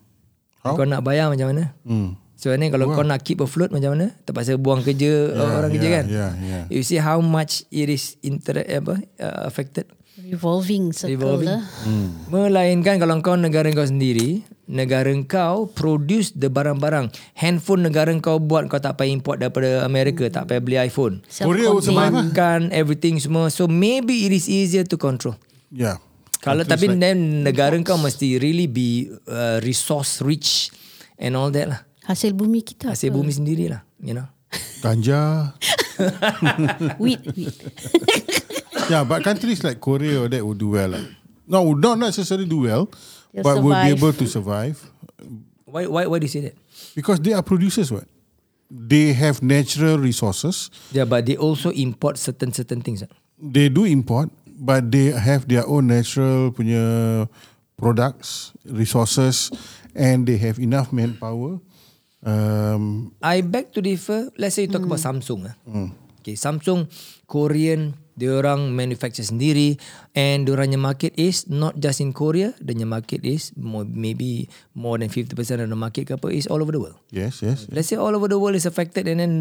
Speaker 1: How?
Speaker 4: Kau nak bayar macam mana?
Speaker 1: Mm.
Speaker 4: So then kalau kau nak keep afloat macam mana? Terpaksa buang kerja yeah, orang kerja
Speaker 1: yeah,
Speaker 4: kan?
Speaker 1: yeah, yeah.
Speaker 4: You see how much it is inter apa uh, affected
Speaker 3: Revolving circle. eh?
Speaker 4: revolving.
Speaker 3: Revolving.
Speaker 1: Hmm.
Speaker 4: Melainkan kalau kau negara kau sendiri, negara kau produce the barang-barang. Handphone negara kau buat kau tak payah import daripada Amerika, tak payah beli iPhone.
Speaker 1: Korea also buy lah.
Speaker 4: Makan everything semua. So maybe it is easier to control.
Speaker 1: Yeah.
Speaker 4: Kalau
Speaker 1: Countries
Speaker 4: tapi
Speaker 1: like-
Speaker 4: then negara kau mesti really be uh, resource rich and all that lah.
Speaker 3: Hasil bumi kita.
Speaker 4: Hasil bumi sendiri lah, you know.
Speaker 1: ganja.
Speaker 3: Wheat. wheat.
Speaker 1: yeah, but countries like Korea or that would do well. Like. No, would not necessarily do well,
Speaker 3: They'll
Speaker 1: but would be
Speaker 3: survive.
Speaker 1: able to survive
Speaker 4: Why why why do you say that?
Speaker 1: because they are producers. What? They have natural resources.
Speaker 4: Yeah, but they also import certain certain things. ah.
Speaker 1: They do import, but they have their own natural punya products, resources, and they have enough manpower. Um,
Speaker 4: I beg to differ. Let's say you talk about Samsung. ah.
Speaker 1: Hmm.
Speaker 4: Okay, Samsung Korean dia orang manufacture sendiri and dia orangnya market is not just in Korea, dia punya market is more, maybe more than 50% of the market ke apa is all over the world.
Speaker 1: yes, yes.
Speaker 4: Let's say all over the world is affected and then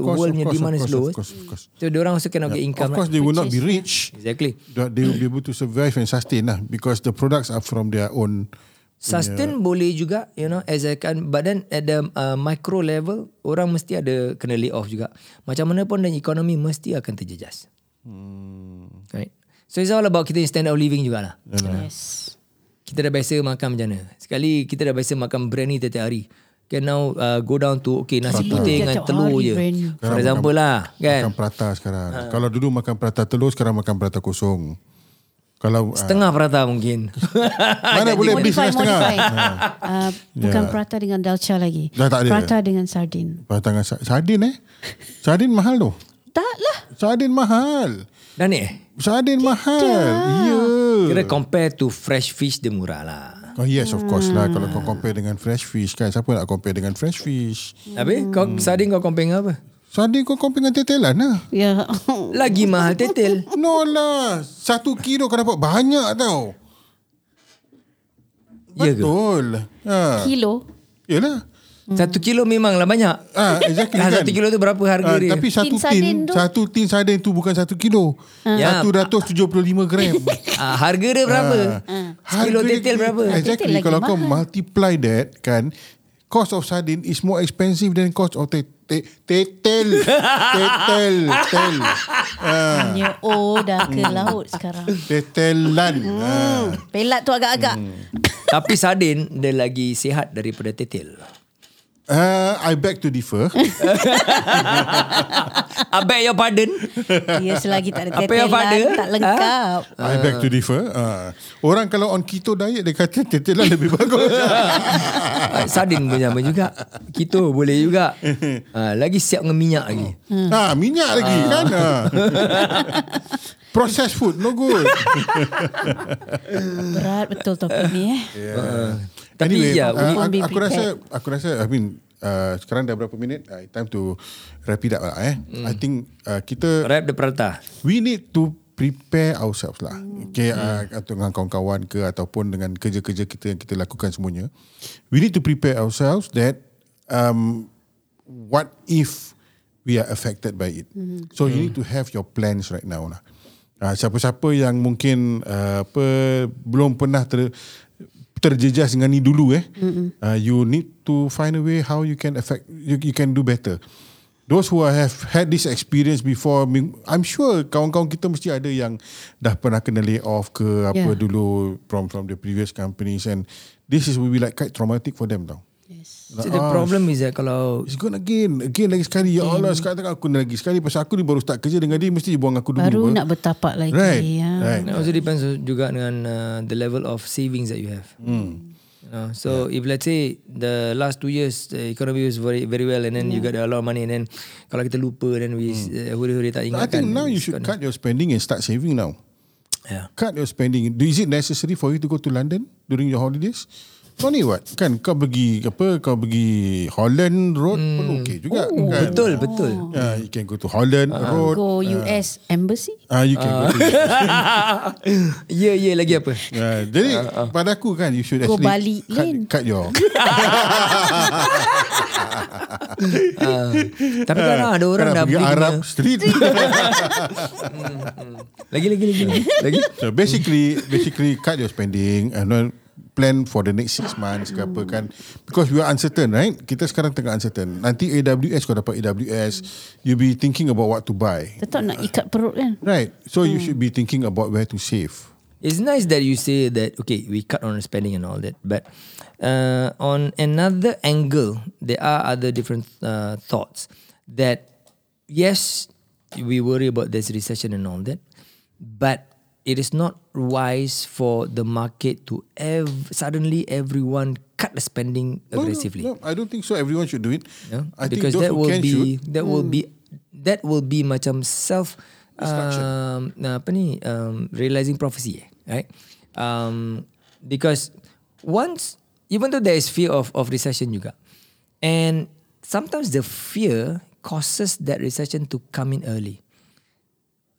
Speaker 1: Yes, of course, of
Speaker 4: world punya
Speaker 1: course,
Speaker 4: demand
Speaker 1: of
Speaker 4: is
Speaker 1: course,
Speaker 4: low.
Speaker 1: of course, of course.
Speaker 4: So dia orang also cannot get
Speaker 1: Of
Speaker 4: income.
Speaker 1: course,
Speaker 4: right?
Speaker 1: they will not be rich.
Speaker 4: Exactly.
Speaker 1: That They will be able to survive and sustain lah because the products are from their own. Ya.
Speaker 4: Sustain boleh juga You know as a kan, But then at the uh, micro level Orang mesti ada Kena lay off juga Macam mana pun Dan ekonomi mesti akan terjejas hmm. Right So it's all about Kita stand out living jugalah
Speaker 3: yes.
Speaker 4: Kita dah biasa makan macam mana Sekali kita dah biasa makan Biryani tiap-tiap hari Can now uh, go down to Okay nasi putih dengan
Speaker 3: Tiap-tiap
Speaker 4: telur
Speaker 3: hari
Speaker 4: je
Speaker 3: biryani.
Speaker 4: For example lah Kan
Speaker 1: Makan prata sekarang. Kalau dulu makan prata telur, sekarang makan prata kosong. Kalau uh,
Speaker 4: Setengah perata mungkin
Speaker 1: mana boleh beli
Speaker 3: Modify,
Speaker 1: setengah setengah.
Speaker 3: modify. uh, bukan prata dengan dalca lagi.
Speaker 1: Ah. Dah tak ada.
Speaker 3: Prata dengan sardin.
Speaker 1: Prata dengan sa- sardin eh. Sardin mahal tu.
Speaker 3: Tak lah.
Speaker 1: Sardin mahal.
Speaker 4: Dah ni eh
Speaker 1: Sardin mahal. Ya.
Speaker 4: Kira compare to fresh fish Dia murah lah
Speaker 1: Oh yes of course lah Kalau
Speaker 4: Hmm.
Speaker 1: kau compare dengan fresh fish kan Siapa nak compare dengan fresh fish
Speaker 4: Habis kau
Speaker 1: Hmm.
Speaker 4: sardin kau compare dengan apa?
Speaker 1: Sardin kau compare dengan tetelan lah
Speaker 3: Ya.
Speaker 4: Lagi mahal tetel.
Speaker 1: No lah Satu kilo kau dapat banyak tau
Speaker 4: Ya ke?
Speaker 1: Betul ha.
Speaker 3: Kilo.
Speaker 1: Yelah
Speaker 4: Hmm. Satu kilo memanglah banyak.
Speaker 1: Ah, exactly
Speaker 4: Ah,
Speaker 1: kan?
Speaker 4: satu kilo tu berapa
Speaker 1: Ah,
Speaker 4: harga dia?
Speaker 1: Tapi satu
Speaker 3: Tin sardin
Speaker 1: tin,
Speaker 3: tu?
Speaker 1: satu tin sardin tu bukan satu kilo.
Speaker 4: Ya.
Speaker 1: Satu ratus tujuh puluh lima gram.
Speaker 4: Ah, harga dia berapa?
Speaker 1: Ah. Harga
Speaker 4: Kilo
Speaker 1: dia-
Speaker 4: tetel Ah. berapa?
Speaker 1: Exactly.
Speaker 3: Tetel lagi
Speaker 1: Kalau kau
Speaker 3: mahal.
Speaker 1: multiply that kan, cost of sardin is more expensive than cost of te- te- tetel. tetel. Tetel. Ah, Hmm.
Speaker 3: Ya, oh dah ke laut sekarang.
Speaker 1: tetelan. Ah.
Speaker 3: Pelat tu agak-agak.
Speaker 1: Hmm.
Speaker 4: tapi sardin dia lagi sihat daripada tetel.
Speaker 1: Ah, I beg to differ.
Speaker 4: I beg your pardon.
Speaker 3: Ya, selagi tak ada
Speaker 4: Apa yang ada?
Speaker 3: tetelan, tak lengkap.
Speaker 1: I beg to differ. Ah. Orang kalau on keto diet, dia kata tetelan lebih bagus.
Speaker 4: Ah, sardin pun sama juga. Kita boleh juga. Ah, lagi siap dengan minyak lagi.
Speaker 1: Hmm. Ha, minyak lagi
Speaker 3: Ah.
Speaker 1: kan. Ha. Processed food no good.
Speaker 3: Berat betul topik ni eh.
Speaker 1: Yeah.
Speaker 4: Tapi ya,
Speaker 1: ah,
Speaker 3: ya, won't
Speaker 1: uh,
Speaker 3: be
Speaker 1: aku, aku rasa aku rasa I mean uh, sekarang dah berapa minit? Uh, time to wrap it up lah eh.
Speaker 3: Hmm.
Speaker 1: Mm. I think uh, kita
Speaker 4: Wrap the prata.
Speaker 1: we need to prepare ourselves lah. Okay, uh, atau dengan kawan-kawan ke ataupun dengan kerja-kerja kita yang kita lakukan semuanya. We need to prepare ourselves that um, what if we are affected by it. So you need to have your plans right now lah. Uh, siapa-siapa yang mungkin uh, apa belum pernah ter, terjejas dengan ni dulu eh uh, you need to find a way how you can affect you, you can do better those who have had this experience before mi- I'm sure kawan-kawan kita mesti ada yang dah pernah kena lay off ke apa
Speaker 3: Yeah.
Speaker 1: dulu from from the previous companies and this is will be like quite traumatic for them tau
Speaker 3: Yes.
Speaker 4: So the problem is that kalau
Speaker 1: It's gone again Again lagi sekali Ya
Speaker 3: Mm.
Speaker 1: Allah sekarang tengah aku kena lagi sekali Pasal aku ni baru start kerja Dengan dia mesti dia buang aku dulu
Speaker 3: Baru
Speaker 1: apa.
Speaker 3: nak bertapak lagi.
Speaker 1: Right
Speaker 3: Ya.
Speaker 1: Right
Speaker 4: It also depends juga dengan uh, the level of savings that you have.
Speaker 1: Hmm.
Speaker 4: Mm. You know, so yeah. if let's say the last two years the economy was very very well and then
Speaker 1: Hmm.
Speaker 4: yeah. you got a lot of money and then kalau kita lupa then we mm. uh, huri-huri tak
Speaker 1: I
Speaker 4: ingatkan.
Speaker 1: think now you should cut your spending And start saving now
Speaker 4: Yeah.
Speaker 1: Cut your spending Do- Is it necessary for you to go to London During your holidays Kau ni what Kan kau pergi Apa Kau pergi Holland Road Pun okay juga kan?
Speaker 4: Betul, betul.
Speaker 1: Yeah, You can go to Holland Road
Speaker 3: Go US Embassy.
Speaker 1: Ah, you can go to
Speaker 4: yeah, yeah Ya, lagi apa?
Speaker 1: Ah, Jadi pada aku kan You should
Speaker 3: Go
Speaker 1: actually
Speaker 3: Bali
Speaker 1: cut,
Speaker 3: Lane.
Speaker 1: cut your
Speaker 4: Tapi kan lah, ada orang
Speaker 1: Kau nak
Speaker 4: dah
Speaker 1: pergi
Speaker 4: beli
Speaker 1: Ah, Arab Street
Speaker 4: Lagi lagi lagi lagi. lagi.
Speaker 1: So basically, basically cut your spending and then plan for the next six months ke apa kan because we are uncertain right kita sekarang tengah uncertain nanti AWS kau dapat AWS you be thinking about what to buy
Speaker 3: Tetap nak ikat perut kan.
Speaker 1: right so you should be thinking about where to save
Speaker 4: It's nice that you say that okay, we cut on spending and all that, but uh, on another angle, there are other different uh, thoughts that yes, we worry about this recession and all that, but it is not wise for the market to ev- suddenly everyone cut the spending aggressively.
Speaker 1: no, I don't think so everyone should do it
Speaker 4: Yeah?
Speaker 1: I think
Speaker 4: because
Speaker 1: those
Speaker 4: that
Speaker 1: who
Speaker 4: will
Speaker 1: can
Speaker 4: be
Speaker 1: should
Speaker 4: that will be that will be macam self um, nah, apa ni um, realizing prophecy eh, right um, because once even though there is fear of of recession juga and sometimes the fear causes that recession to come in early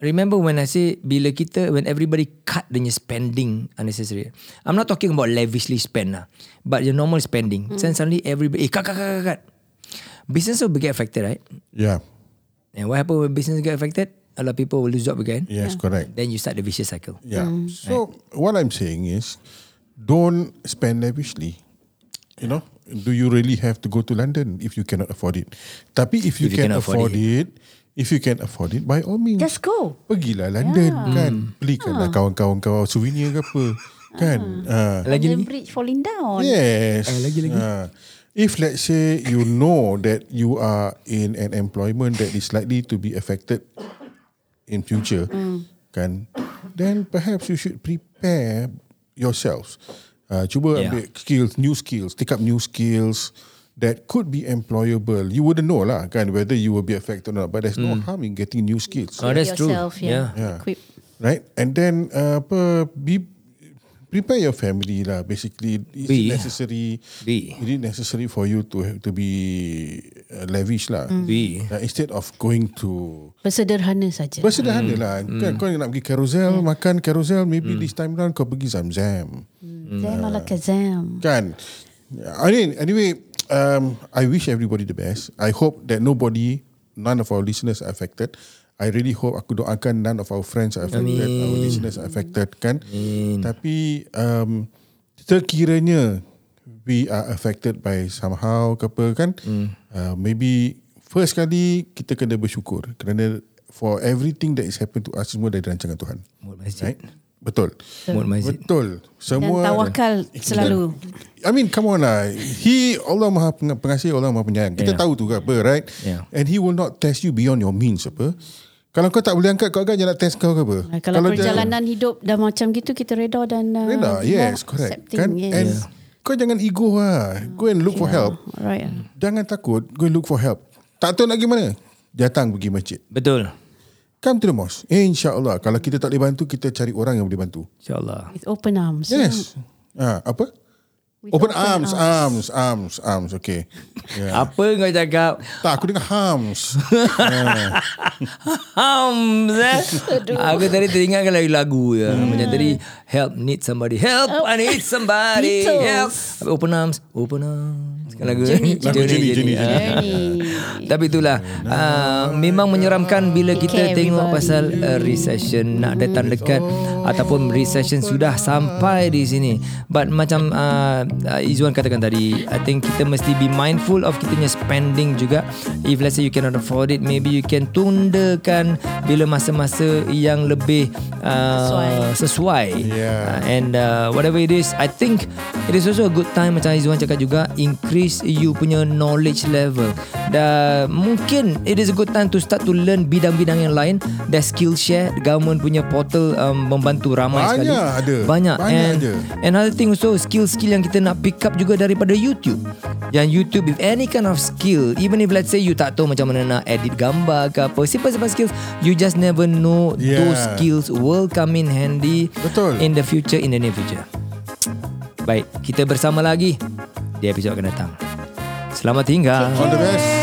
Speaker 4: Remember when I say bila kita when everybody cut the spending unnecessary. I'm not talking about lavishly spend lah, but your normal spending. Mm. Then suddenly everybody eh, cut cut cut cut cut. Business will get affected, right?
Speaker 1: yeah
Speaker 4: And what happen when business get affected? A lot of people will lose job again.
Speaker 1: yes correct
Speaker 4: Then you start the vicious cycle.
Speaker 1: Yeah. Mm. So what I'm saying is, don't spend lavishly. You know, do you really have to go to London if you cannot afford it? Tapi if you, can
Speaker 4: If you cannot afford
Speaker 1: afford it, if you can afford it, by all means,
Speaker 3: Just go.
Speaker 1: pergilah London kan, belikanlah kawan-kawan kau souvenir ke apa kan. Ah.
Speaker 4: Lagi
Speaker 3: The
Speaker 4: lagi.
Speaker 3: bridge falling down.
Speaker 1: Yes.
Speaker 4: Ah, lagi, lagi.
Speaker 1: Ah. if let's say you know that you are in an employment that is likely to be affected in future,
Speaker 4: Mm.
Speaker 1: kan, then perhaps you should prepare yourselves. Uh, cuba
Speaker 4: Yeah.
Speaker 1: ambil skills, new skills, take up new skills that could be employable. You wouldn't know lah kan whether you will be affected or not. But there's no harm in getting new skills
Speaker 4: Oh, that's true.
Speaker 3: yourself,
Speaker 4: yeah.
Speaker 3: Yeah. yeah. Equip.
Speaker 1: right? And then uh, apa be prepare your family lah. Basically, is
Speaker 4: Be.
Speaker 1: it necessary?
Speaker 4: Be.
Speaker 1: Is it necessary for you to have, to be uh, lavish lah?
Speaker 4: Be.
Speaker 1: Like, instead of going to
Speaker 3: Bersederhana saja.
Speaker 4: Mm.
Speaker 1: Bersederhana lah kan, Kau nak pergi carousel Makan carousel Maybe this time round Kau pergi zam-zam
Speaker 3: Zam ala kazam.
Speaker 1: Kan I mean, Anyway um, I wish everybody the best I hope that nobody None of our listeners are affected I really hope Aku doakan None of our friends are affected Amin. Our listeners are affected Kan Amin. Tapi um, Sekiranya We are affected by somehow ke apa kan uh, Maybe First kali Kita kena bersyukur Kerana For everything that is happened to us Semua dari rancangan Tuhan
Speaker 4: Mood masjid.
Speaker 1: Right Betul
Speaker 4: Mood masjid.
Speaker 1: Betul
Speaker 3: Dan
Speaker 1: Semua Eh,
Speaker 3: tawakal selalu.
Speaker 1: I mean come on lah He Allah maha peng- pengasih Allah maha penyayang Kita
Speaker 4: Yeah.
Speaker 1: tahu tu ke apa right
Speaker 4: Yeah.
Speaker 1: And he will not test you Beyond your means apa Kalau kau tak boleh angkat Kau akan dia nak test kau ke apa
Speaker 3: Ah, Kalau, perjalanan hidup dah macam gitu kita reda dan
Speaker 1: dia,
Speaker 3: uh,
Speaker 1: Reda
Speaker 3: more
Speaker 1: yes correct
Speaker 3: accepting,
Speaker 1: kan?
Speaker 3: yes.
Speaker 1: And Kau jangan ego lah Go and look for help
Speaker 3: Right.
Speaker 1: Jangan takut Go and look for help Tak tahu nak pergi mana Datang pergi masjid
Speaker 4: Betul.
Speaker 1: Come to the mosque InsyaAllah Kalau kita tak boleh bantu Kita cari orang yang boleh bantu
Speaker 4: InsyaAllah.
Speaker 3: With open arms.
Speaker 1: Yes ha, Ah, Apa
Speaker 3: With
Speaker 1: Open, arms, arms, arms, arms. Okay. Yeah.
Speaker 4: Apa kau cakap?
Speaker 1: tak, aku dengar hams.
Speaker 4: Hams eh? Aku tadi teringatkan lagi lagu ya. Macam tadi Help need somebody Help I need somebody
Speaker 3: Beatles.
Speaker 4: Help Habis Open arms Open arms Kan lagu
Speaker 3: Journey,
Speaker 1: Lagu Journey, Journey,
Speaker 4: Ah.
Speaker 3: Journey.
Speaker 4: Tapi itulah ah, Memang menyeramkan Bila kita
Speaker 3: Okay,
Speaker 4: tengok
Speaker 3: everybody.
Speaker 4: Pasal uh, recession Nak datang dekat Ataupun recession Sudah sampai di sini But macam uh, Izzuan katakan tadi I think kita mesti Be mindful of Kita punya spending juga If let's say You cannot afford it Maybe you can Tundakan Bila masa-masa Yang lebih uh, Sesuai, sesuai.
Speaker 1: Yeah.
Speaker 4: Ah, And uh, whatever it is I think It is also a good time Macam Izzuan cakap juga Increase you punya knowledge level Dan mungkin It is a good time to start to learn Bidang-bidang yang lain There's Skillshare Government punya portal um, Membantu ramai sekali
Speaker 1: Banyak ada.
Speaker 4: Banyak
Speaker 1: Banyak
Speaker 4: And
Speaker 1: ada.
Speaker 4: Another thing also Skill-skill yang kita nak pick up juga Daripada YouTube Yang YouTube If any kind of skill Even if let's say You tak tahu macam mana Nak edit gambar ke apa Simple-simple skills You just never know
Speaker 1: Yeah.
Speaker 4: Those skills Will come in handy
Speaker 1: Betul.
Speaker 4: In the future In the near future Baik Kita bersama lagi Di episod akan datang Selamat tinggal
Speaker 1: All the best.